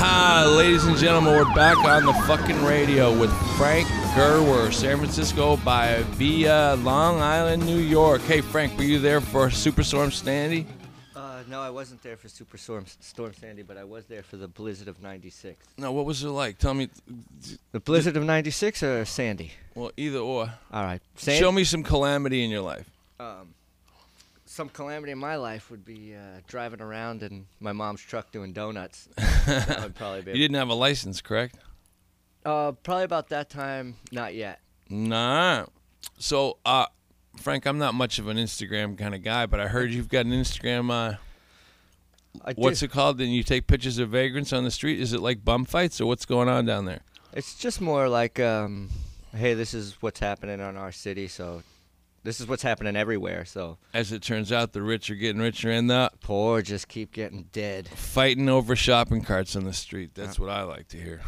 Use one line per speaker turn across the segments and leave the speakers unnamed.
Ah, ladies and gentlemen. We're back on the fucking radio with Frank Gerwer, San Francisco by via Long Island, New York. Hey, Frank, were you there for Superstorm Sandy?
Uh, no, I wasn't there for Super Storm, Storm Sandy, but I was there for the blizzard of 96.
No, what was it like? Tell me.
The blizzard of 96 or Sandy?
Well, either or.
All right. Sandy,
Show me some calamity in your life.
Um, some calamity in my life would be uh, driving around in my mom's truck doing donuts. that would probably be.
You didn't have a license, correct?
uh, probably about that time, not yet.
Nah. So, uh, Frank, I'm not much of an Instagram kind of guy, but I heard you've got an Instagram. Uh,
I do-
what's it called? Then you take pictures of vagrants on the street. Is it like bum fights or what's going on down there?
It's just more like, um, hey, this is what's happening on our city, so this is what's happening everywhere. So
As it turns out, the rich are getting richer and the
poor just keep getting dead.
fighting over shopping carts on the street. That's what I like to hear.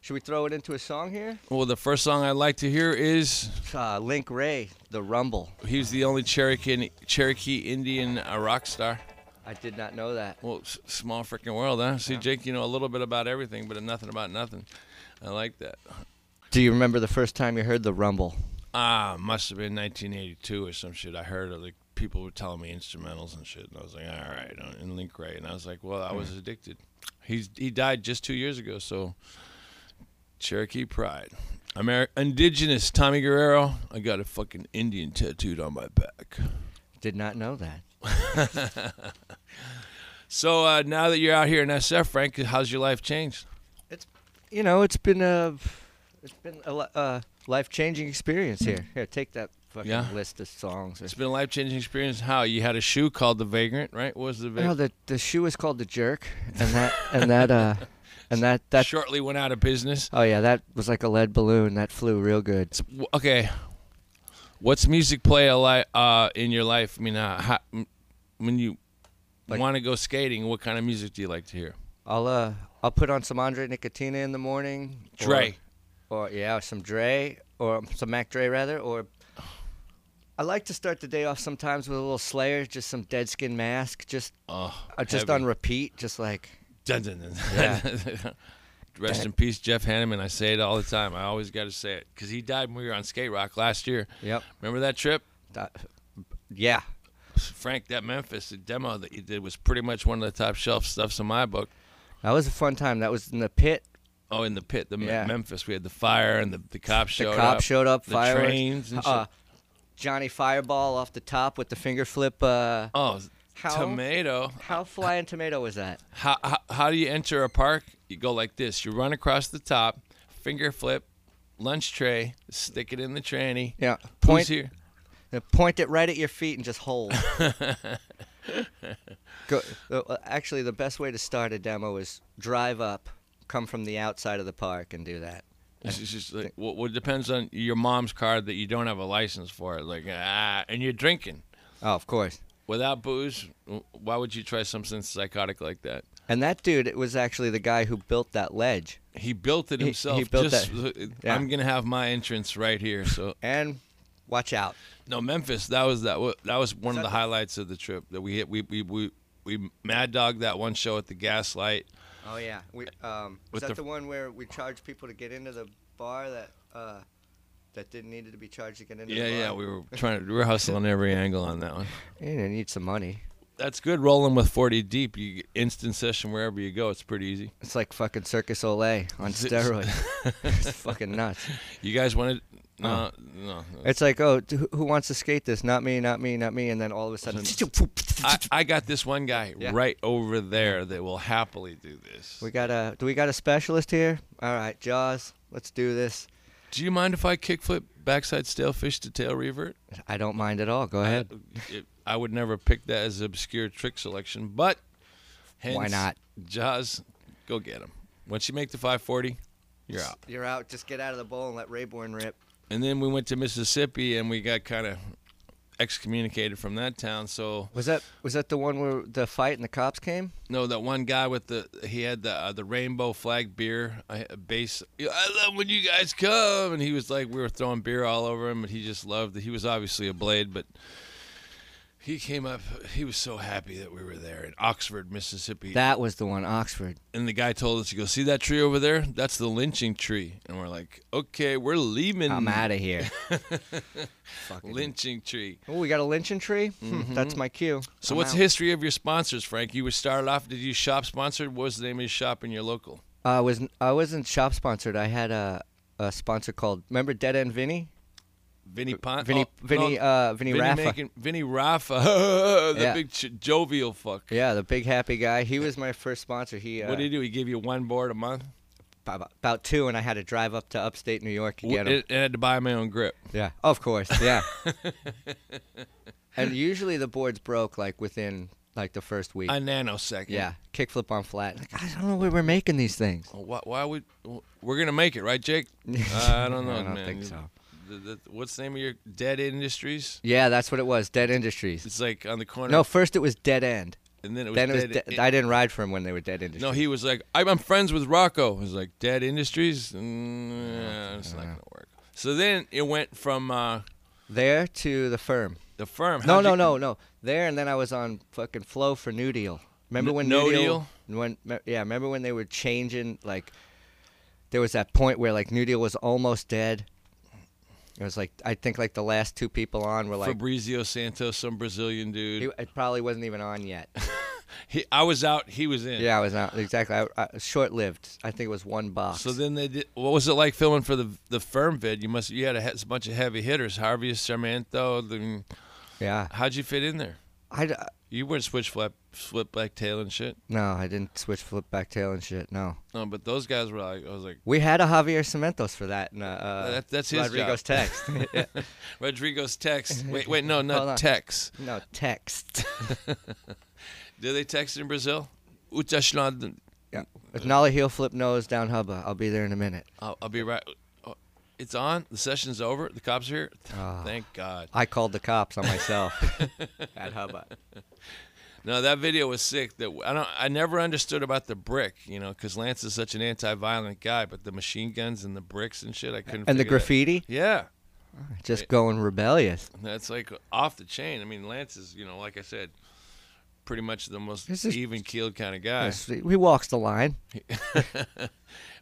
Should we throw it into a song here?
Well, the first song I like to hear is
Uh, Link Ray, The Rumble.
he's the only Cherokee Cherokee Indian uh, rock star.
I did not know that.
Well, s- small freaking world, huh? See, Jake, you know a little bit about everything, but nothing about nothing. I like that.
Do you remember the first time you heard The Rumble?
Ah, must have been 1982 or some shit. I heard of like people were telling me instrumentals and shit, and I was like, all right, uh, and Link Ray, and I was like, well, I was addicted. He's he died just two years ago, so Cherokee pride, Amer- indigenous Tommy Guerrero. I got a fucking Indian tattooed on my back.
Did not know that.
So uh, now that you're out here in SF, Frank, how's your life changed?
It's, you know, it's been a, it's been a li- uh, life-changing experience here. Here, take that fucking
Yeah.
list of songs.
It's been a life changing experience. How you had a shoe called the Vagrant, right? What was the
No,
Vagrant?
the the shoe is called the jerk, and that and that uh, and that that.
Shortly went out of business.
Oh yeah, that was like a lead balloon. That flew real good.
So, w- okay. What's music play a li- uh, in your life? I mean, uh, how, m- when you
Like-
want to go skating, what kind of music do you like to hear?
I'll uh, I'll put on some Andre Nicotina in the morning. or-
Dre.
Or, yeah, or some Dre, or some Mac Dre rather, or. I like to start the day off sometimes with a little Slayer, just some Dead Skin Mask, just
Oh,
uh, just
heavy.
on repeat, just like
Dun, dun, dun.
Yeah.
Rest in peace, Jeff Hanneman. I say it all the time. I always got to say it because he died when we were on Skate Rock last year.
Yep.
Remember that trip?
that- yeah.
Frank, that Memphis the demo that you did was pretty much one of the top shelf stuffs in my book.
That was a fun time. That was in the pit.
Oh, in the pit, the Me-
Yeah.
Memphis, we had the fire and the, the cops
The
showed up.
cop showed up.
the
fireworks.
trains and shit.
Uh, Johnny Fireball off the top with the finger flip. Uh,
oh,
how-
tomato.
how flying tomato was that?
How, how how do you enter a park? You go like this. You run across the top, finger flip, lunch tray, stick it in the tranny.
Yeah.
Point
Point
here.
uh, point it right at your feet and just hold. Go, uh, uh, actually, the best way to start a demo is drive up, come from the outside of the park, and do that.
It's just- just like well, well, it depends on your mom's car that you don't have a license for. Like ah, and you're drinking
Oh, of course.
without booze. w- Why would you try something psychotic like that?
And that dude, it was actually the guy who built that ledge.
He built it
he
himself.
built
just, uh,
Yeah.
I'm gonna have my entrance right here. So
And watch out.
No, Memphis. That was that. wa- That was one
that
of the
the-
highlights of the trip. That we hit. We we we we mad dog that one show at the Gaslight.
Oh yeah, we um,
With
was that
the-
the, one where we charged people to get into the bar that uh, that didn't needed to be charged to get into?
Yeah,
the bar?
yeah. We were trying to. We were hustling every angle on that one.
You're gonna need some money.
That's good. Rolling with forty deep. You get instant session wherever you go. It's pretty easy.
It's like fucking Circus Olay on
Z-
steroids. it's fucking nuts.
You guys wanted? No, no. no.
It's like, oh, d- who- who wants to skate this? Not me, not me, not me. And then all of a sudden,
I, I got this one guy
Yeah.
right over there that will happily do this.
we got a. Do we got a specialist here? All right, Jaws. Let's do this.
Do you mind if I kickflip backside stalefish to tail revert?
I don't mind at all. Go ahead.
it, I would never pick that as obscure trick selection, but hence,
Why not?
Jaws, go get him. Once you make the 540, you're out.
You're out. Just get out of the bowl and let Rayborn rip.
And then we went to Mississippi and we got kind of excommunicated from that town. So
Was that was that the one where the fight and the cops came?
no, that one guy with the he had the uh, the rainbow flag beer I, a base. I love when you guys come, and he was like we were throwing beer all over him, and he just loved it. He was obviously a blade, but He came up. He was so happy that we were there in Oxford, Mississippi.
That was the one, Oxford.
and the guy told us, "He goes, see that tree over there? That's the lynching tree." And we're like, "Okay, we're leaving."
I'm out of here. Fucking.
Lynching tree.
oh, we got a lynching tree. Hmm, That's my cue.
So,
I'm
what's
out.
the history of your sponsors, Frank? You were started off. Did you shop sponsored? What was the name of your shop in your local?
I was I wasn't shop sponsored. I had a, a sponsor called remember Dead End Vinny,
Vinny Pont.
Uh, Vinny
oh,
Vinny
no,
uh, Vinny,
Vinny
Raffa.
Macon- Vinny Raffa. the
Yeah.
big ch- jovial fuck.
Yeah, the big happy guy. He was my first sponsor. He uh,
What did he do? He gave you one board a month.
ab- about two, and I had to drive up to upstate New York to get him.
I had to buy my own grip.
yeah, Oh, of course. Yeah. and usually the boards broke like within like the first week.
A nanosecond.
yeah, kickflip on flat. Like, I don't know where we're making these things.
Well, Why, why would we're gonna make it, right, Jake? I don't know,
I don't
man.
think so.
The- the- what's the name of your Dead Industries?
Yeah, that's what it was. Dead Industries.
It's like on the corner.
No, first it was Dead End.
and then it was
Then it was.
Dead.
De-
In-
I didn't ride for him when they were Dead Industries.
no, he was like, I'm, I'm friends with Rocco. He's like, Dead Industries. Mm, yeah, it's not gonna work. So then it went from uh,
There to the firm.
the firm.
No,
how'd
no,
you-
no, no. There and then I was on fucking flow for New Deal. Remember
N-
when
No
New Deal, When me- yeah, remember when they were changing like there was that point where like New Deal was almost dead. It was like I think like the last two people on were like
Fabrizio Santos, some Brazilian dude.
he, it probably wasn't even on yet.
He- I was out. He was in.
yeah, I was not exactly. I, I, short-lived. I think it was one box.
So then they did. What was it like filming for the the firm vid? You must. You had a, he- bunch of heavy hitters. Harvey Sarmiento. the-
yeah,
How'd you fit in there?
I d-
You weren't switch flap, flip back tail and shit.
no, I didn't switch flip back tail and shit. No,
No, but those guys were like, I was like,
we had a Javier Cementos for that. In, uh, uh,
That- that's his job.
Rodrigo's text. Yeah.
Rodrigo's text. Wait, wait, no,
Hold
not
on.
text.
No text.
Do they text in Brazil? Utashlan.
Yeah. If Nolly heel flip nose down hubba, I'll be there in a minute.
I'll, I'll be right. Oh, It's on. The session's over. The cops are here.
Ah.
Thank God.
I called the cops on myself at hubba.
No, that video was sick. That I don't. I never understood about the brick, you know, because Lance is such an anti-violent guy. But the machine guns and the bricks and shit, I couldn't.
And the
figure that-
graffiti,
Yeah,
just going rebellious.
that's like off the chain. I mean, Lance is, you know, like I said, pretty much the most
This is-
even-keeled kind of guy.
Yes, He walks the line.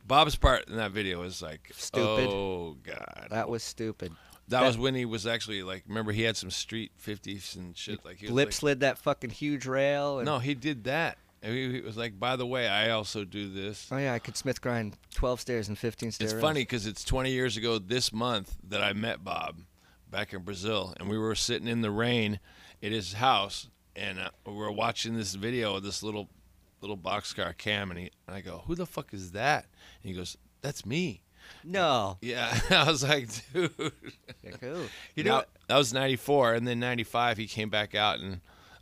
Bob's part in that video was like
Stupid.
Oh God,
That was stupid.
that,
that-
was when he was actually like. Remember, he had some street fifties and shit. Like he was
Lip
like-
slid that fucking huge rail. And,
no, he did that. And he, he was like, by the way, I also do this.
Oh yeah, I could Smith grind 12 stairs and 15 stairs.
It's funny because it's 20 years ago this month that I met Bob back in Brazil, and we were sitting in the rain at his house, and uh, we were watching this video of this little little boxcar cam, and, he, and I go, "Who the fuck is that?" And he goes, "That's me."
No.
Yeah, I was like, "Dude."
Yeah, cool.
You
You know,
that was '94, and then '95 he came back out, and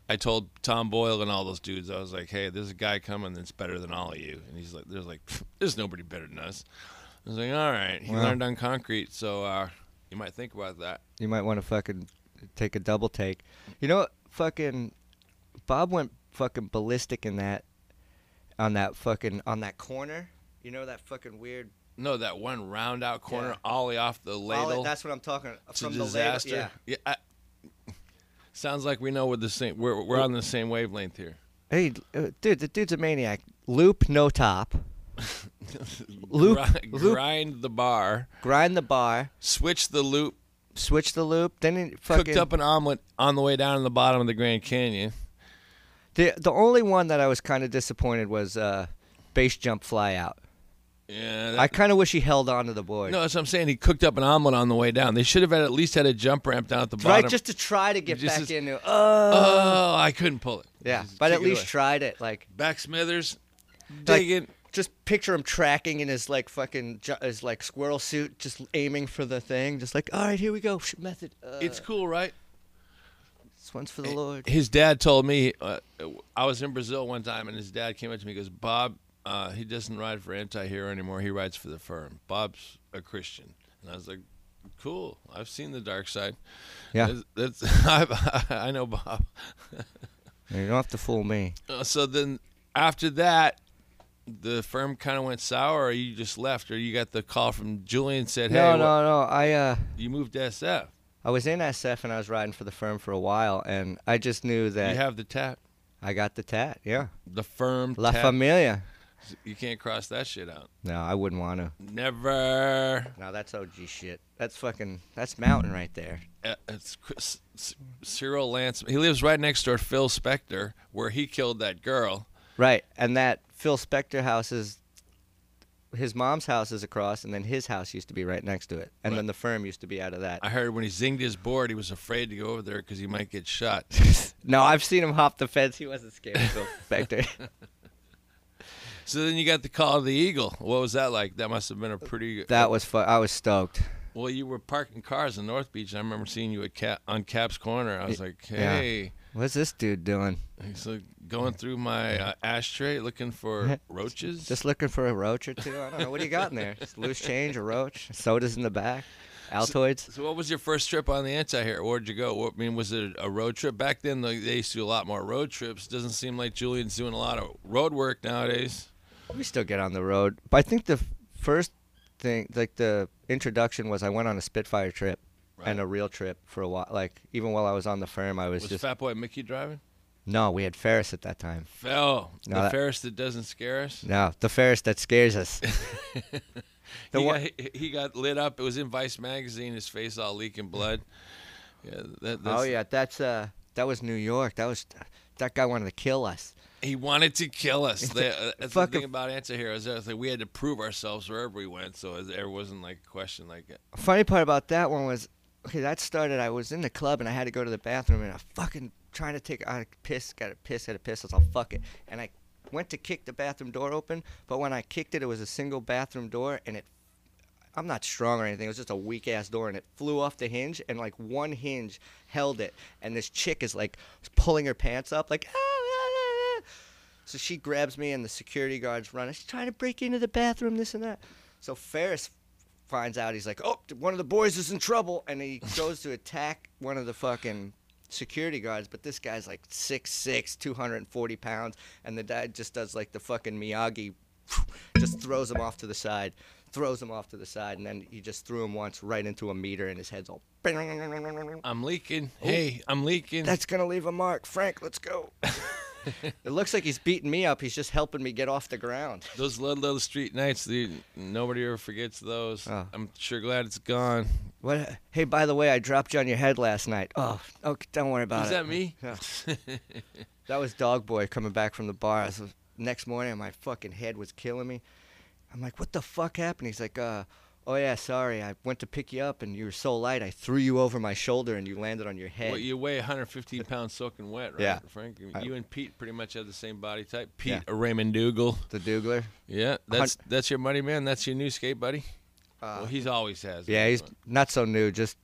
I told Tom Boyle and all those dudes, I was like, "Hey, there's a guy coming that's better than all of you," and he's like, "There's like, there's nobody better than us." I was like, "All right." He
Wow.
learned on concrete, so uh, you might think about that.
you might want to fucking take a double take. You know, what? fucking Bob went fucking ballistic in that on that fucking on that corner. You know that fucking weird
No, that one round out corner
Yeah.
ollie off the
All
ladle.
it- that's what I'm talking uh,
it's a
from
disaster.
the ladle.
yeah. I, sounds like we know we're the same. We're we're on the same wavelength here.
Yeah. Hey, uh, dude, the dude's a maniac. Loop no top, Loop-
Gri-
loop.
grind the bar,
grind the bar,
switch the loop.
switch the loop, then he fucking
cooked up an omelet on the way down in the bottom of the Grand Canyon.
The the only one that I was kind of disappointed was uh, base jump fly out.
Yeah,
I
that,
kind of wish he held onto the board.
no, that's what I'm saying. He cooked up an omelet on the way down. They should have had at least had a jump ramp down at the bottom.
Right, just to try to get
Just
back
to-
into. Oh,
oh, I couldn't pull it.
yeah,
Just
but
kick
at
it
least uh,
away.
tried it. Like,
back Smithers, digging.
just picture him tracking in his like fucking ju- his like squirrel suit, just aiming for the thing. Just like, all right, here we go. Sh- Method. Uh,
it's cool, right?
this one's for the Lord.
His dad told me uh, I was in Brazil one time, and his dad came up to me. and goes, Bob, uh, he doesn't ride for anti-hero anymore. He rides for the firm. Bob's a Christian, and I was like, cool. I've seen the dark side.
Yeah,
that's, that's I, I know Bob.
you don't have to fool me.
Uh, so then after that the firm kind of went sour or you just left or you got the call from julian said hey well,
no, no, no. I uh,
you moved to sf
I was in SF and I was riding for the firm for a while, and I just knew that
You have the tap,
I got the tat. Yeah,
the firm
La
tap.
Familia.
You can't cross that shit out.
No, I wouldn't want to.
Never.
No, that's OG shit. That's fucking. That's mountain right there.
Uh, It's Chris, C- Cyril Lance. He lives right next door to Phil Spector, where he killed that girl.
Right, and that Phil Spector house is. His mom's house is across, and then his house used to be right next to it, and
Right.
then the firm used to be out of that.
I heard when he zinged his board, he was afraid to go over there because he might get shot.
No, I've seen him hop the fence. He wasn't scared of Phil Spector.
so then you got the call of the eagle. What was that like? That must have been a pretty.
that was fun. I was stoked.
Well, you were parking cars in North Beach. and I remember seeing you at Cap, on Cap's Corner. I was like,
yeah.
hey.
What's this dude doing?
He's like going through my uh, ashtray looking for roaches.
Just looking for a roach or two. I don't know. What do you got in there? Just loose change, a roach, sodas in the back, Altoids.
So what was your first trip on the anti here? Where'd you go? What, I mean, was it a road trip back then? Like, they used to do a lot more road trips. Doesn't seem like Julian's doing a lot of road work nowadays.
We still get on the road, but I think the f- first thing, like the introduction, was I went on a Spitfire trip
Right.
and a real trip for a while. Like even while I was on the firm, I was,
Was
just
Fat Boy Mickey driving?
no. We had Ferris at that time.
Phil,
No,
the
that-
Ferris that doesn't scare us.
No, the Ferris that scares us. The
he,
one-
got, he- he got lit up. It was in Vice magazine. His face all leaking blood. Yeah, that, that's,
oh yeah, that's uh, that was New York. That was that guy wanted to kill us.
He wanted to kill us. They, uh, that's the
Fuck
thing
him.
about anti-heroes. That was like, we had to prove ourselves wherever we went. So there wasn't like a question like that.
funny part about that one was okay that started i was in the club and i had to go to the bathroom and i fucking trying to take i piss got a piss got a piss I was like fuck it and i went to kick the bathroom door open but when i kicked it it was a single bathroom door and it i'm not strong or anything it was just a weak ass door and it flew off the hinge and like one hinge held it and this chick is like pulling her pants up like ah, ah, ah, ah. So she grabs me, and the security guards run. She's trying to break into the bathroom, this and that. So Ferris finds out. He's like, "Oh, one of the boys is in trouble," and he goes to attack one of the fucking security guards. But this guy's like 6'6", 240 pounds, and the dad just does like the fucking Miyagi, just throws him off to the side, throws him off to the side, and then he just threw him once right into a meter, and his head's all.
I'm leaking. Hey, I'm leaking.
Oh. That's gonna leave a mark, Frank. Let's go. it looks like he's beating me up. He's just helping me get off the ground.
Those Ludlow Street nights, the, nobody ever forgets those.
Oh.
I'm sure glad it's gone.
What? Hey, by the way, I dropped you on your head last night. Oh, okay, don't worry about
Is
it.
that me?
Yeah. That was Dog Boy coming back from the bar. I was, next morning, my fucking head was killing me. I'm like, what the fuck happened? He's like, uh, oh yeah, sorry. I went to pick you up and you were so light, I threw you over my shoulder and you landed on your head.
well, you weigh 115 pounds soaking wet, right,
Yeah.
Frank?
I-
You and Pete pretty much have the same body type. Pete
Yeah.
or Raymond Dougal.
the Doogler.
Yeah, that's that's your money man. That's your new skate buddy.
Uh,
well, he's always has.
yeah,
it,
he's
but-
not so new. Just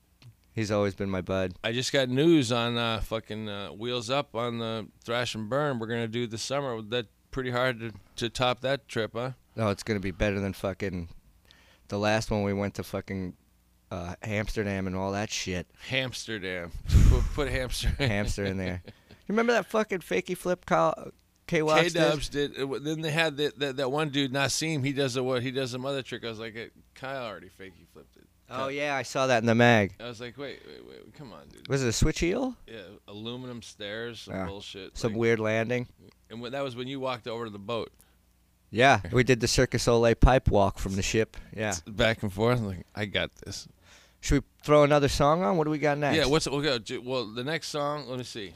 he's always been my bud.
I just got news on uh, fucking uh, Wheels Up on the Thrash and Burn. We're gonna do this summer. That pretty hard to, to top that trip, huh?
No, it's gonna be better than fucking the last one we went to fucking uh, Amsterdam and all that shit.
Hamsterdam. Put, put hamster.
Hamster in there. You remember that fucking fakey flip call K
K
Walks
Dubs did. uh, Then they had that, that that one dude Nasim. He does a what? He does some other trick. I was like, uh, Kyle already fake. He flipped it.
Oh yeah, I saw that in the mag.
I was like, wait, wait, wait, come on, dude.
Was it a switch heel?
Yeah, aluminum stairs, some
Yeah.
bullshit.
Some
like-
weird landing.
and when, that was when you walked over to the boat,
Yeah, we did the Circus Olay pipe walk from the ship. Yeah.
back and forth. I'm like, I got this.
Should we throw another song on? What do we got next?
Yeah. What's we'll go. ju- Well, the next song. Let me see.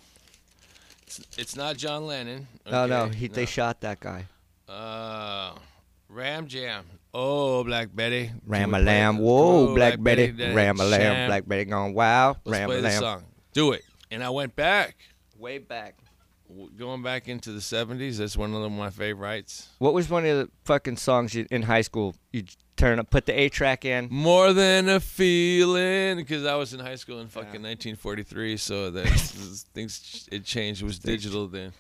It's, it's not John Lennon.
No, Oh, no,
okay,
he, they shot that guy.
Uh, Ram Jam. Oh, Black Betty.
Ram a
Can we play
lamb,
it?
whoa,
Oh,
Black Betty,
that
ram a lamb,
sham.
Black Betty gone wild,
Let's
ram a
play the
lamb.
song. Do it. And I went back,
Way back.
W- going back into the '70s. That's one of my favorites.
What was one of the fucking songs you, in high school? You j- turn up, put the A track in.
More than a feeling, because I was in high school in fucking 1943, so that things it changed. It was digital then.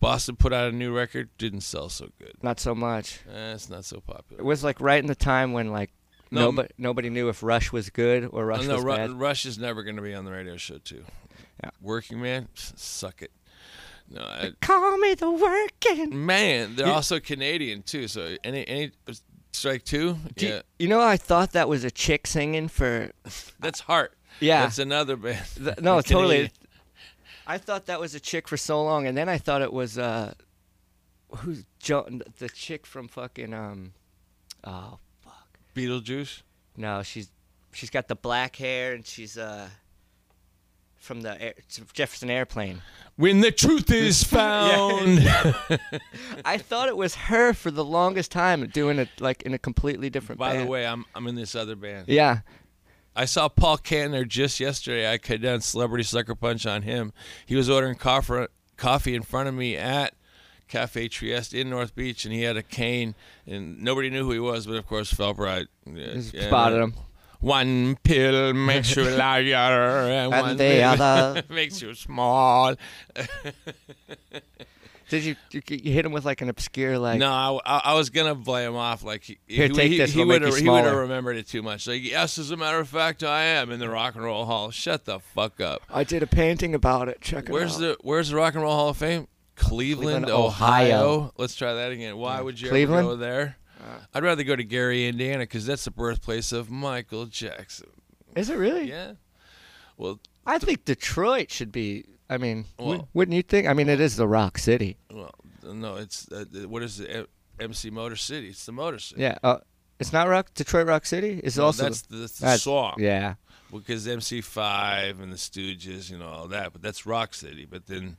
Boston put out a new record, didn't sell so good.
Not so much.
Eh, it's not so
It
popular.
was like right in the time when like
No,
nobody nobody knew if Rush was good or Rush
no,
was
Ru-
bad.
Rush is never going to be on the radio show too.
Yeah.
Working man, s- suck it. No, I,
Call me the working.
man, they're
You-
also Canadian too. So any any uh, strike two,
Do you-
yeah,
You know, I thought that was a chick singing for.
that's heart.
Yeah.
That's another band.
Th- no,
A Canadian.
totally. I thought that was a chick for so long, and then I thought it was uh, who's jo- the chick from fucking um, oh fuck.
Beetlejuice.
No, she's she's got the black hair, and she's uh, from the air, Jefferson Airplane.
When the truth is found.
I thought it was her for the longest time, doing it like in a completely different.
By the
band.
way, I'm I'm in this other band.
yeah,
I saw Paul Kantner just yesterday. I could done celebrity sucker punch on him. He was ordering coffee coffee in front of me at Cafe Trieste in North Beach, and he had a cane, and nobody knew who he was. But of course, felt right. Yeah,
just
yeah.
spotted him.
One pill makes you larger, and,
And
one
the
pill
other-
makes you small.
Did you, you you hit him with like an obscure like?
no, I, I, I was gonna play him off like he,
Here,
he,
take
he,
this,
he
it'll make
would have
you
he would have
smaller.
remembered it too much. Like yes, as a matter of fact, I am in the Rock and Roll Hall. Shut the fuck up.
I did a painting about it. Check it
Where's
out.
the Where's the Rock and Roll Hall of Fame? Cleveland,
Cleveland,
Ohio.
Ohio.
Let's try that again. Why would you
Cleveland? Uh.
ever go there? I'd rather go to Gary, Indiana, because that's the birthplace of Michael Jackson.
Is it really?
Yeah. Well,
I think Detroit should be. I mean, w-
Well-
wouldn't you think? I mean, it is the Rock City.
well, no, it's uh, what is it? MC Motor City. It's the Motor City.
Yeah, uh, it's not Rock Detroit Rock City. It's
Well,
also
that's
the,
the, that's the
that's-
song.
Yeah,
Because MC5 and the Stooges, you know, all that. But that's Rock City. But then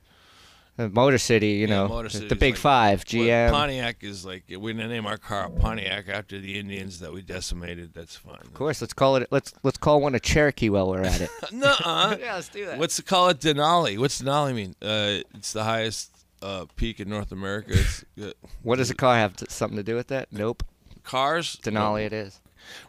the uh, Motor City. You
Yeah,
know,
Motor
the-
City
the
is
Big
like-
Five,
Well,
GM.
Pontiac is like we're gonna name our car Pontiac after the Indians that we decimated. That's fine.
of course, let's call it. Let's let's call one a Cherokee while we're at it.
Nuh-uh.
let's do
What's it call it Denali? What's Denali mean? Uh, it's the highest uh, peak in North America. It's, uh,
What does a car have to, something to do with that? Nope.
cars.
Denali, it is.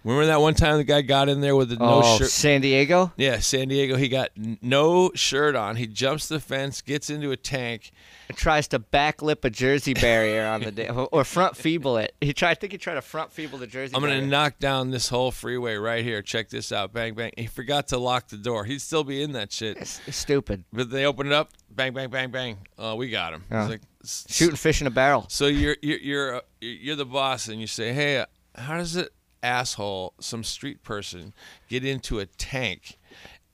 Remember that one time the guy got in there with the no
oh,
shirt.
San Diego.
yeah, San Diego. He got n- no shirt on. He jumps the fence, gets into a tank.
It tries to backlip a Jersey barrier on the day, or front feeble it. He tried. I think he tried to front feeble the Jersey.
I'm gonna
barrier.
knock down this whole freeway right here. Check this out. Bang bang. He forgot to lock the door. He'd still be in that shit.
It's stupid.
But they opened it up. Bang bang bang bang. Oh, we got him. He's
Yeah.
like, "S-
Shooting fish in a barrel.
So you're you're you're, uh, you're the boss, and you say, "Hey, uh, how does it asshole some street person get into a tank?"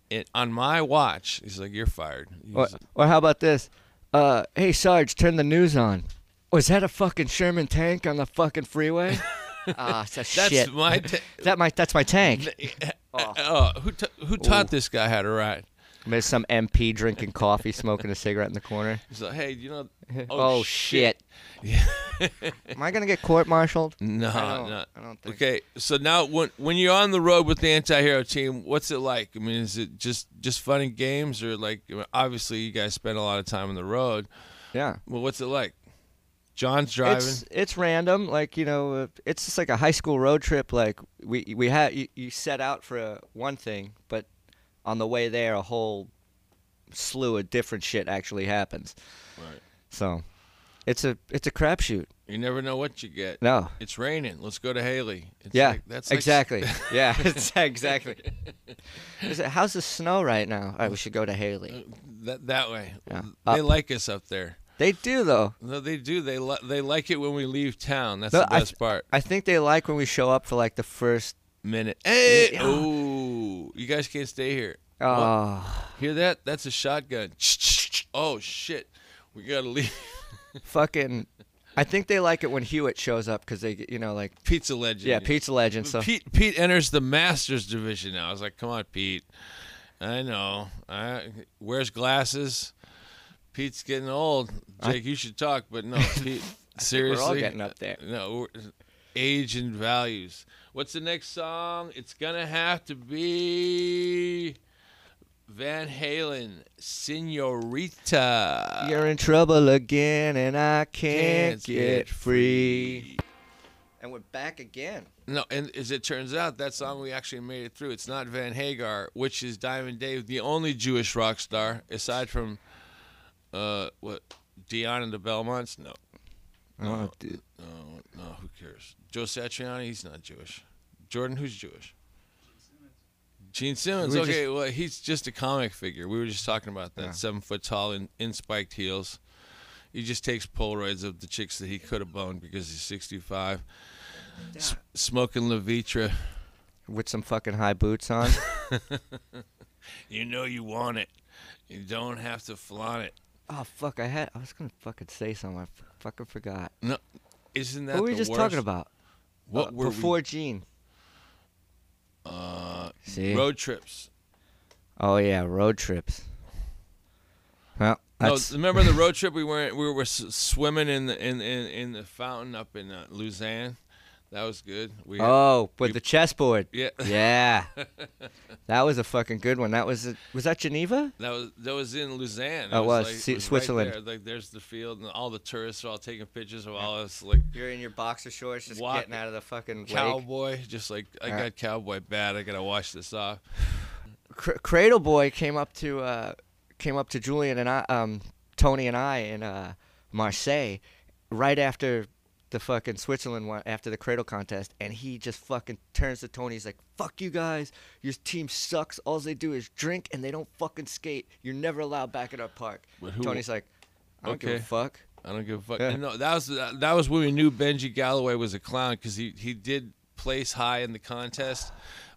It, on my watch, he's like, "You're fired." He's
Or,
like,
or how about this? Uh, hey Sarge, turn the news on. Was that a fucking Sherman tank on the fucking freeway? Ah, it's a
That's
shit.
my. Ta-
That my that's my tank.
oh. who ta who taught this guy how to ride?
There's some MP drinking coffee, smoking a cigarette in the corner.
He's like, "Hey, you know." Oh,
Oh, shit! Am I gonna get court-martialed?
No,
I don't-
no.
I don't think-
Okay, so now when when you're on the road with the anti-hero team, what's it like? I mean, is it just just fun and games, or like I mean, obviously you guys spend a lot of time on the road?
Yeah.
Well, what's it like? John's driving.
It's it's random, like you know, uh, it's just like a high school road trip. Like we we had you, you set out for uh one thing, but on the way there, a whole slew of different shit actually happens.
Right.
So it's a it's a crapshoot.
You never know what you get.
No.
It's raining. Let's go to Haley. It's
yeah.
like- that's like-
exactly. yeah. it's- exactly. Is it, how's the snow right now? All right, we should go to Haley.
Uh, that that way.
Yeah. Uh,
They
Up.
like us up there.
They do though.
No, they do. They li- they like it when we leave town. That's
No,
the
I
best part.
I think they like when we show up for like the first.
Minute. Hey.
Yeah.
Oh, you guys can't stay here.
Oh,
Hear that? That's a shotgun. Oh shit. We gotta leave.
fucking. I think they like it when Hewitt shows up because they, get- you know, like
Pizza legend.
yeah, pizza legend. So
Pete Pete enters the Masters division now. I was like, come on, Pete. I know. I wears glasses. Pete's getting old. Jake, you should talk, but no, Pete. seriously,
getting up there.
No, we're- age and values. What's the next song? It's gonna have to be Van Halen, Senorita.
you're in trouble again, and I can't,
Can't
get free. And we're back again.
No, and as it turns out, that song we actually made it through. It's not Van Hagar, which is Diamond Dave, the only Jewish rock star aside from uh, what Dion and the Belmonts. No,
Oh, dude.
no, no. Who cares? Joe Satriani, he's not Jewish. Jordan, who's Jewish? Gene Simmons.
We just-
okay, well, he's just a comic figure. We were just talking about that. Seven foot tall in, in spiked heels. He just takes Polaroids of the chicks that he could have boned because he's 65. S- smoking Levitra.
with some fucking high boots on.
You know you want it. You don't have to flaunt it.
Oh fuck! I had I was gonna fucking say something. I f- fucking forgot.
No, isn't that
what were we
the
just
worst?
talking about?
What
Uh,
were we-
before Gene?
uh,
See.
road trips?
oh yeah, road trips. Well,
No,
that's
remember the road trip we were we were s- swimming in the in in, in the fountain up in uh, Luzanne. That was good. We had-
oh,
you-
with the chessboard.
yeah,
Yeah, that was a fucking good one. That was was that Geneva?
that was that was in Luzanne.
Oh, it was.
like-
See,
right
Switzerland.
there. Like there's the field and all the tourists are all taking pictures of all us like
You're in your boxer shorts, just
Walk-
getting out of the fucking lake.
cowboy. Just like I
Yeah.
got cowboy bad. I gotta wash this off.
Cr- Cradle Boy came up to uh, came up to Julian and I, um, Tony and I in uh, Marseille right after the fucking Switzerland one after the cradle contest, and he just fucking turns to Tony. He's like, "Fuck you guys, your team sucks. All they do is drink and they don't fucking skate. You're never allowed back at our park."
But who-
Tony's like, "I don't give
Okay.
a fuck."
I don't give a fuck.
Yeah.
No, that was that was when we knew Benji Galloway was a clown because he he did place high in the contest,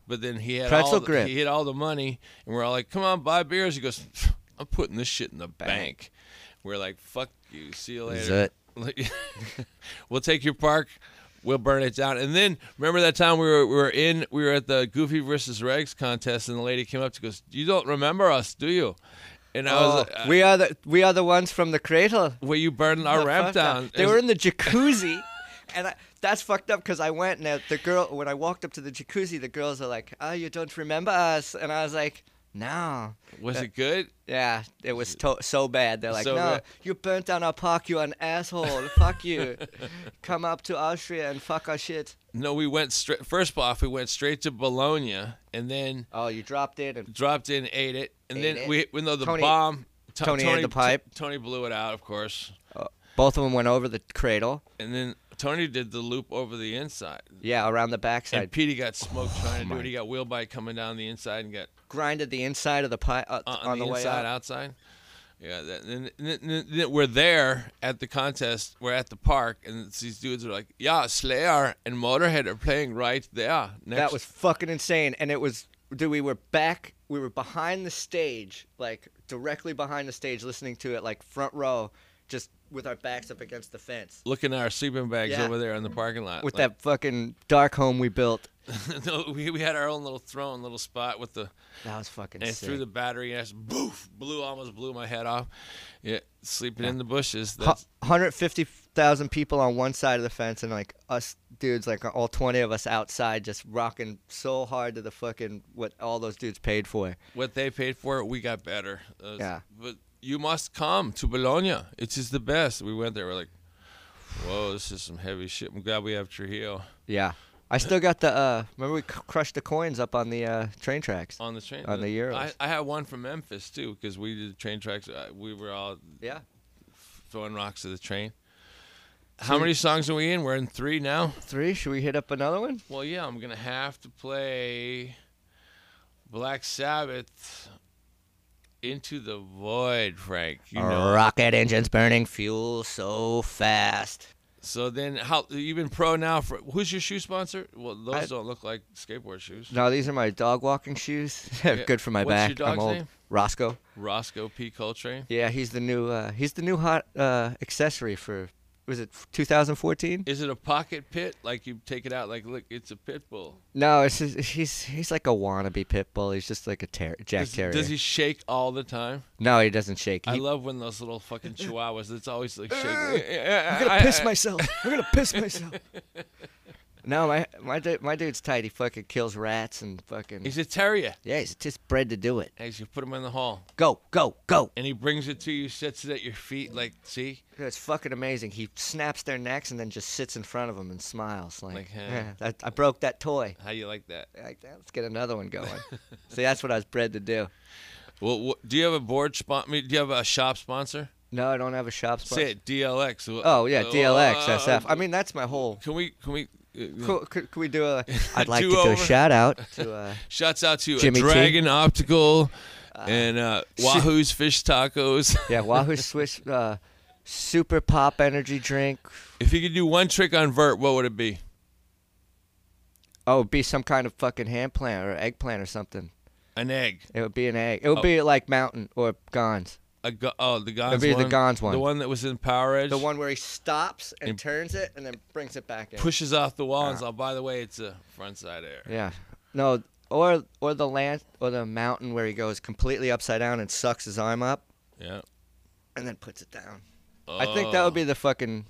but then he had all
Pretzel
the,
grip.
he had all the money, and we're all like, "Come on, buy beers." He goes, "I'm putting this shit in the bank." We're like, "Fuck you, see you
Is
later." we'll take your park. We'll burn it down. And then remember that time we were we were in we were at the Goofy versus Regs contest, and the lady came up to goes, "You don't remember us, do you?" And I was,
Oh,
uh,
we are the we are the ones from the cradle.
"Well, you burned our
the
ramp
fuck
down."
They
It
were
was-
in the jacuzzi, and I, that's fucked up because I went and the- the girl when I walked up to the jacuzzi, the girls are like, "Oh, you don't remember us?" And I was like, "No."
Was it good?
Yeah, it was to- so bad. They're like,
So
"No,
bad."
you burnt down our park. You're an asshole. fuck you. Come up to Austria and fuck our shit."
No, we went straight. First off, we went straight to Bologna and then
Oh, you dropped it and
dropped in, ate it, and
Ate
then
it.
we, we know the
Tony-
bomb. To-
Tony had the pipe.
Tony blew it out, of course,
both of them went over the cradle.
and then Tony did the loop over the inside.
Yeah, around the backside,
And Petey got smoked trying to do
Oh my-
it. He got wheel bike coming down the inside and got
grinded the inside of the pie uh,
on,
on, the,
the,
way
inside
out.
outside. Yeah, that, and, then- then- then we're there at the contest. We're at the park, and these dudes are like, "Yeah, Slayer and Motorhead are playing right there." Next.
That was fucking insane. And it was, dude, we were back, we were behind the stage, like directly behind the stage, listening to it, like front row, just with our backs up against the fence.
looking at our sleeping bags
Yeah.
over there in the parking lot.
With
like-
that fucking dark home we built.
no, we, we had our own little throne, little spot with the
That was fucking
and
sick.
threw the battery and I just boof blew almost blew my head off. Yeah, sleeping in the bushes.
Hu-
That's
150,000 people on one side of the fence, and like us dudes, like all 20 of us outside, just rocking so hard to the fucking what all those dudes paid for.
what they paid for it. We got better. Uh,
Yeah.
but you must come to Bologna. It is the best. We went there. We're like, whoa, this is some heavy shit. I'm glad we have Trujillo
Yeah. I still got the, uh, remember we c- crushed the coins up on the uh, train tracks?
on the train.
On the Euros.
I, I had one from Memphis too because we did train tracks. Uh, We were all
Yeah.
throwing rocks to the train. How many songs are we in? We're in three now.
Three, should we hit up another one?
Well, yeah, I'm gonna have to play Black Sabbath into the void, Frank. You know.
Rocket engines burning fuel so fast.
So then, how you've been pro now for? Who's your shoe sponsor? Well, those
I-
don't look like skateboard shoes.
No, these are my dog walking shoes. They're
Yeah.
Good for my
What's
back.
your dog's
I'm old.
name?
Roscoe.
Roscoe P. Coltrane.
Yeah, he's the new uh, he's the new hot uh, accessory for was it 2014?
Is it a pocket pit? Like you take it out? Like look, it's a pit bull.
No, it's just, he's he's like a wannabe pit bull. He's just like a ter- jack
Does,
terrier.
does he shake all the time?
no, he doesn't shake. He,
I
I'm
love when those little fucking chihuahuas. It's always like shaking. I'm
gonna piss myself. I'm gonna piss myself. No, my my du- my dude's tight. He fucking kills rats and fucking
He's a terrier.
yeah. He's just bred to do it.
Hey, you put him in the hall.
Go go go.
and he brings it to you, sets it at your feet, like, see,
Yeah, It's fucking amazing. He snaps their necks and then just sits in front of them and smiles like,
Like, huh?
"Yeah, that, I broke that toy.
how you like that?
Like, "Yeah, let's get another one going. See, that's what I was bred to do.
Well, wh- do you have a board sponsor? Do you have a shop sponsor?
No, I don't have a shop spot.
Say it, DLX. Wh-
Oh yeah,
uh,
DLX
uh,
SF. I mean, that's my whole.
can we? Can we? uh,
Could, could, could we do a? I'd like to do a
Do-over.
shout out to. Uh,
Shouts out to uh,
Jimmy T.
Dragon Optical and uh, Wahoo's Fish Tacos.
yeah, Wahoo Swiss uh, Super Pop Energy Drink.
if you could do one trick on vert, what would it be?
Oh, it'd be some kind of fucking hand plant or eggplant or something.
An egg.
It would be an egg. It would
Oh.
be like Mountain or Gons.
A go- oh, the Gons
It'd be
one.
the Gons one.
The one that was in Power Edge.
The one where he stops and
And-
turns it and then brings it back in.
pushes off the wall and says, "Oh, by the way, it's a front side air."
Yeah. No, or or the land or the mountain where he goes completely upside down and sucks his arm up
Yeah.
and then puts it down. I think that
Oh.
would be the fucking.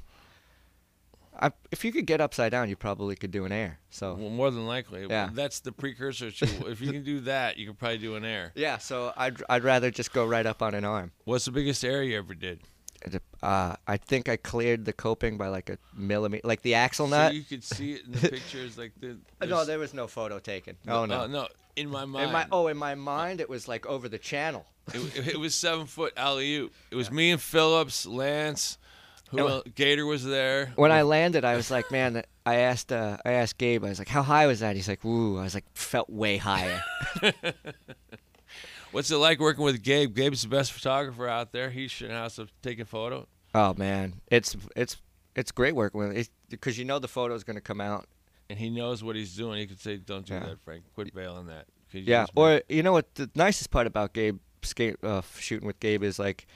I, if you could get upside down, you probably could do an air. So
Oh, Well, more than likely.
Yeah.
That's the precursor to if you can do that, you can probably do an air.
yeah, so I'd I'd rather just go right up on an arm.
What's the biggest air you ever did?
It- Uh, I think I cleared the coping by like a millimeter, like the axle
So
nut.
you could see it in the pictures like the
no,
there's-
there was no photo taken. Oh no.
uh, no. In my mind,
in my oh, in my mind, it was like over the channel.
it, it was seven foot alley oop. It was me and Phillips, Lance, who
And wh-
el- Gator was there.
when I landed, I was like, man, that- I asked, uh, I asked Gabe, I was like, how high was that? He's like, woo. I was like, felt way higher.
What's it like working with Gabe? Gabe's the best photographer out there. He should have to take a photo.
oh man, it's it's it's great working with it because you know the photo's gonna come out.
and he knows what he's doing. He could say, "Don't do
Yeah.
that, Frank. Quit bailing that." Could you
Yeah.
just make-
Or you know what? The nicest part about Gabe skate uh, f- shooting with Gabe is like,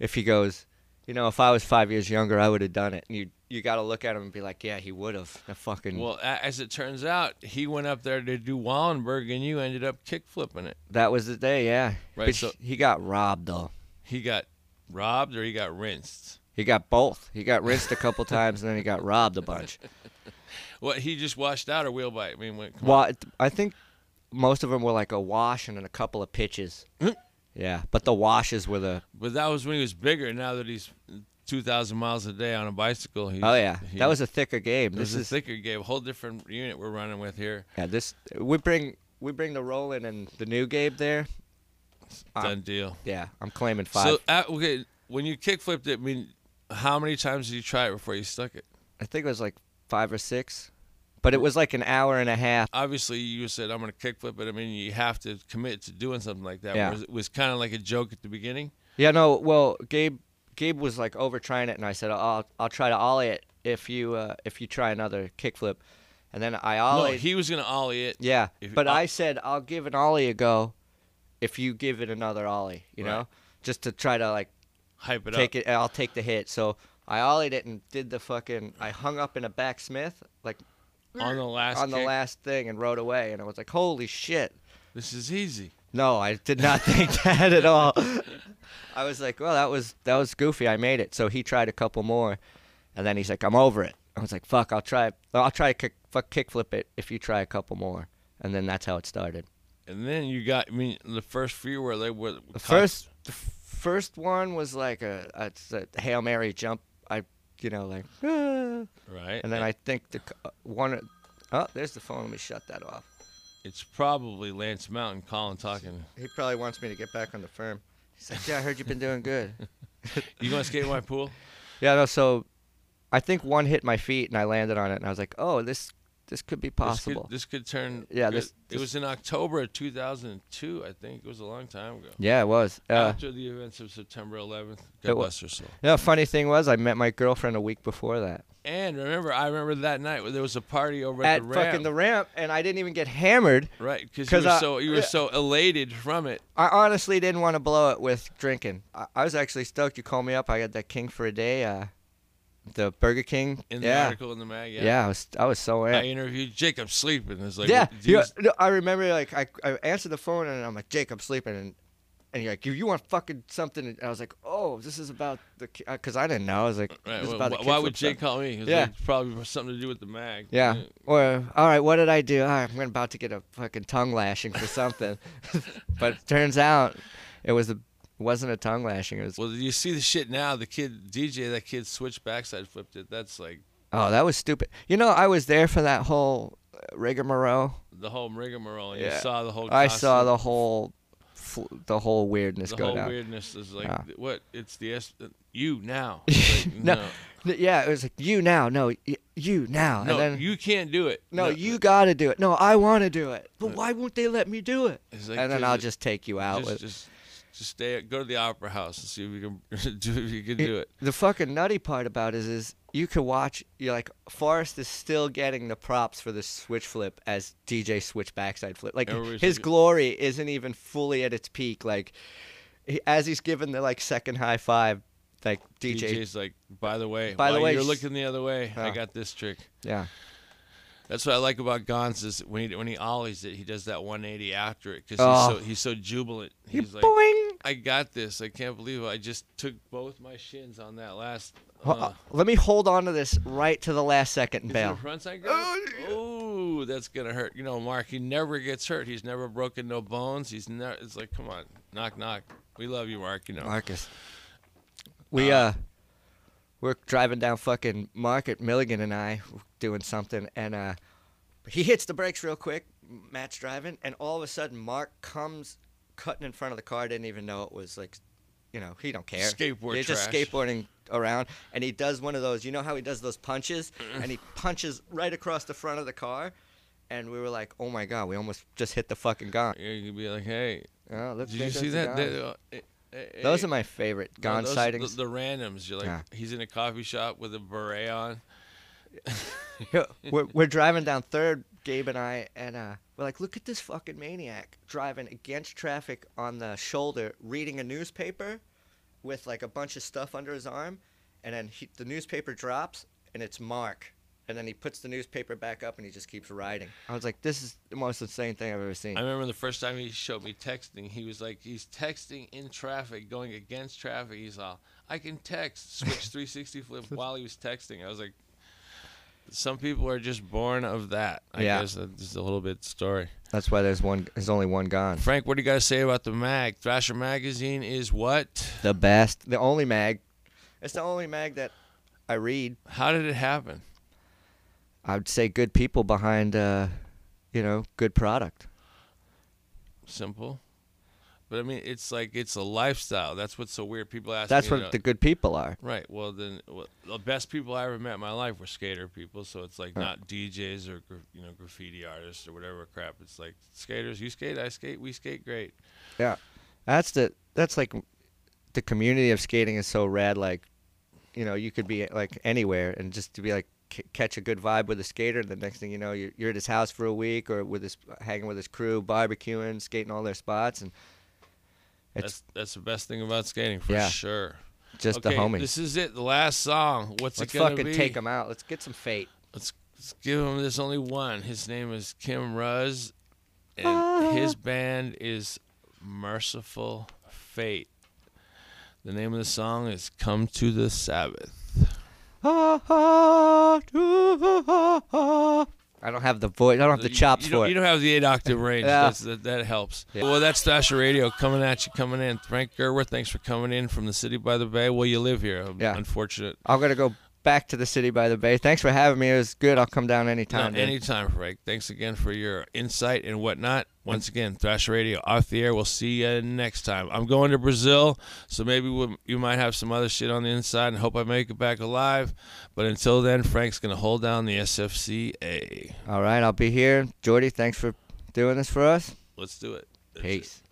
if he goes, you know, if I was five years younger, I would have done it. And you you got to look at him and be like, yeah, he would have. Fucking.
well, a- as it turns out, he went up there to do Wallenberg, and you ended up kick flipping it.
that was the day. Yeah.
Right,
But
so-
he got robbed though.
He got robbed, or he got rinsed.
He got both. He got rinsed a couple times, and then he got robbed a bunch.
What he just washed out or wheel bite? I mean, what, come on.
Well, it- I think most of them were like a wash and then a couple of pitches.
Mm.
yeah, but the washes were the
but that was when he was bigger. Now that he's two thousand miles a day on a bicycle, he's,
oh yeah,
he-
that was a thicker game.
it was
This
a
is
thicker game, whole different unit we're running with here.
yeah, this we bring we bring the Roland and the new Gabe there. Ah.
Done deal.
Yeah, I'm claiming five.
So uh, okay, when you kick flipped it, I mean, how many times did you try it before you stuck it?
I think it was like five or six,
Hmm.
but it was like an hour and a half.
obviously you said I'm going to kickflip it. I mean, you have to commit to doing something like that.
Yeah.
Whereas it was kind of like a joke at the beginning.
Yeah, no, well Gabe Gabe was like over trying it, and I said I'll I'll try to ollie it if you uh, if you try another kickflip, and then I ollied.
no, he was going to ollie it.
Yeah,
If-
but
uh,
I said I'll give an ollie a go if you give it another ollie. You
Right. uh,
know, just to try to like
Hype it
take
up.
it. I'll take the hit. So I ollied it and did the fucking. I hung up in a back smith like
on the last.
on the
kick.
last thing and rode away. And I was like, holy shit.
This is easy.
No, I did not think that at all. I was like, well, that was that was goofy. I made it. So he tried a couple more, and then he's like, I'm over it. I was like, fuck, I'll try. I'll try to kick, fuck kickflip it if you try a couple more. And then that's how it started.
And then you got. I mean, the first few were they were
The first, the f- first one was like a, a, it's a hail mary jump. I, you know, like, "Ah,"
right,
and then I think the c- uh, one, oh, there's the phone. Let me shut that off.
It's probably Lance Mountain, Colin talking.
He probably wants me to get back on the firm. He's like, yeah, I heard you've been doing good.
You going to skate in my pool?
yeah, no. So, I think one hit my feet and I landed on it, and I was like, oh, this, this could be possible.
This could, this could turn.
Yeah,
good.
this-
it
this-
was in October of 2002, I think. It was a long time ago.
yeah, it was. Uh,
After the events of September 11th,
It
God
wa-
bless her soul.
you know, funny thing was, I met my girlfriend a week before that
And remember, I remember that night where there was a party over at,
at
the Ram.
fucking the ramp, and I didn't even get hammered.
Right, because you
'Cause
were
I-
so you were
yeah.
so elated from it.
I honestly didn't want to blow it with drinking. I, I was actually stoked you called me up. I got that King for a day, uh, the Burger King.
In the
yeah.
article in the mag, yeah.
yeah, I was I was so
I
amped.
interviewed Jacob sleeping. It's like,
yeah,
what-
you-
these-
no, I remember like I, I answered the phone and I'm like Jake, I'm sleeping, and and you're like, you, you want fucking something? And I was like, oh, this is about the because I didn't know. I was like,
right,
this is
well,
about
why,
the
why
kickflip
would Jake
stuff.
call me? It was
Yeah.
like, it's probably something to do with the mag. Uh,
Yeah. Or all right, what did I do? All right, I'm about to get a fucking tongue lashing for something, but it turns out it was a wasn't a tongue lashing. It was
Well, you see the shit now. The kid DJ, that kid switched backside flipped it. That's like
Oh, that was stupid. You know, I was there for that whole uh, rigmarole.
the whole rigmarole. And You
Yeah.
saw the whole.
I saw
costume,
the whole, fl- the whole weirdness
the
go
whole
down.
weirdness. Is like
Yeah.
th- what? It's the S. uh, You now. It's like,
No,
no,
N- Yeah, it was like you now, no, y- you now,
no,
and then
you uh, can't do it.
no, you got to do it. No, I want to do it, but why won't they let me do it?
It's like,
and then
'cause
I'll
it-
just take you out
Just,
with
just, just stay. Go to the opera house and see if you can do if you can do it.
The fucking nutty part about it is, is you could watch. You're like Forrest is still getting the props for the switch flip as DJ switch backside flip. Like
Everybody's
his
like-
glory isn't even fully at its peak. Like he, as he's given the like second high five, like DJ.
DJ's like, by the way,
By the
while
way,
you're
s-
looking the other way. I
Yeah.
got this trick.
Yeah.
That's what I like about Gons is when he when he ollies it, he does that 180 after it because
Oh.
he's so he's so jubilant.
You
He's like,
boing.
I got this. I can't believe it. I just took both my shins on that last.
Ho-
uh,
uh, Let me hold on to this right to the last second and
Is it a
bail.
frontside grab? Oh, that's gonna hurt. You know, Mark, he never gets hurt. He's never broken no bones. He's never. It's like, come on, knock knock. We love you, Mark. You know.
Marcus. We uh, we're driving down fucking Market Milligan and I were doing something and uh he hits the brakes real quick, Matt's driving, and all of a sudden Mark comes cutting in front of the car, didn't even know it was like you know, he don't care.
Skateboard
He's just
trash.
skateboarding around and he does one of those, you know how he does those punches?
Mm-hmm.
and he punches right across the front of the car and we were like, Oh my god, we almost just hit the fucking gong.
You could be like, hey,
Oh, look,
did you
there goes
see
the
that?
gong.
That, uh, eh, eh,
Those
eh.
are my favorite
No,
gone
those-
sightings.
The, the randoms. You're like,
Yeah.
he's in a coffee shop with a beret on.
we're, we're driving down third, Gabe and I, and uh, we're like, look at this fucking maniac driving against traffic on the shoulder, reading a newspaper with like a bunch of stuff under his arm. And then he, the newspaper drops, and it's Mark. And then he puts the newspaper back up and he just keeps riding. I was like, this is the most insane thing I've ever seen.
I remember the first time he showed me texting. He was like, he's texting in traffic, going against traffic. He's all, I can text, switch 360 flip while he was texting. I was like, some people are just born of that. I
Yeah.
guess that's just a little bit story.
That's why there's one. There's only one gone.
Frank, what do you got to say about the mag? Thrasher magazine is what?
The best. The only mag. It's the only mag that I read.
How did it happen?
I'd say good people behind, uh, you know, good product.
Simple. But I mean, it's like it's a lifestyle. That's what's so weird. People ask.
That's
me, you
what
know-
the good people are.
Right. Well, then well, the best people I ever met in my life were skater people. So it's like not DJs or gra- you know graffiti artists or whatever crap. It's like skaters. You skate. I skate. We skate. Great.
Yeah, that's the that's like the community of skating is so rad. Like, you know, you could be like anywhere and just to be like c- catch a good vibe with a skater. The next thing you know, you're, you're at his house for a week or with his hanging with his crew, barbecuing, skating all their spots, and
that's
it's
that's the best thing about skating for
Yeah.
sure.
just
okay,
the homies.
This is it. The last song. What's
Let's
it gonna
fucking
be?
take him out. Let's get some fate.
Let's, let's give him. There's only one. His name is Kim Ruz, and
Ah.
his band is Merciful Fate. The name of the song is "Come to the Sabbath."
I don't have the voice. I don't have the
You-
chops
you, don't-
for it.
You don't have the eight octave range.
Yeah.
That's, that, that helps. Well, that's Dasher Radio coming at you, coming in. Frank Gerwer, thanks for coming in from the city by the bay. Well, you live here.
Yeah.
Unfortunate.
I'm gonna go back to the city by the bay. Thanks for having me. It was good. I'll come down
No,
anytime. dude.
anytime, Frank. Thanks again for your insight and whatnot. Once again, Thrash Radio off the air. We'll see you next time. I'm going to Brazil, so maybe we you might have some other shit on the inside and hope I make it back alive. But until then, Frank's going to hold down the SFCA.
All right, I'll be here. Jordy, thanks for doing this for us.
Let's do it. That's it.
Peace.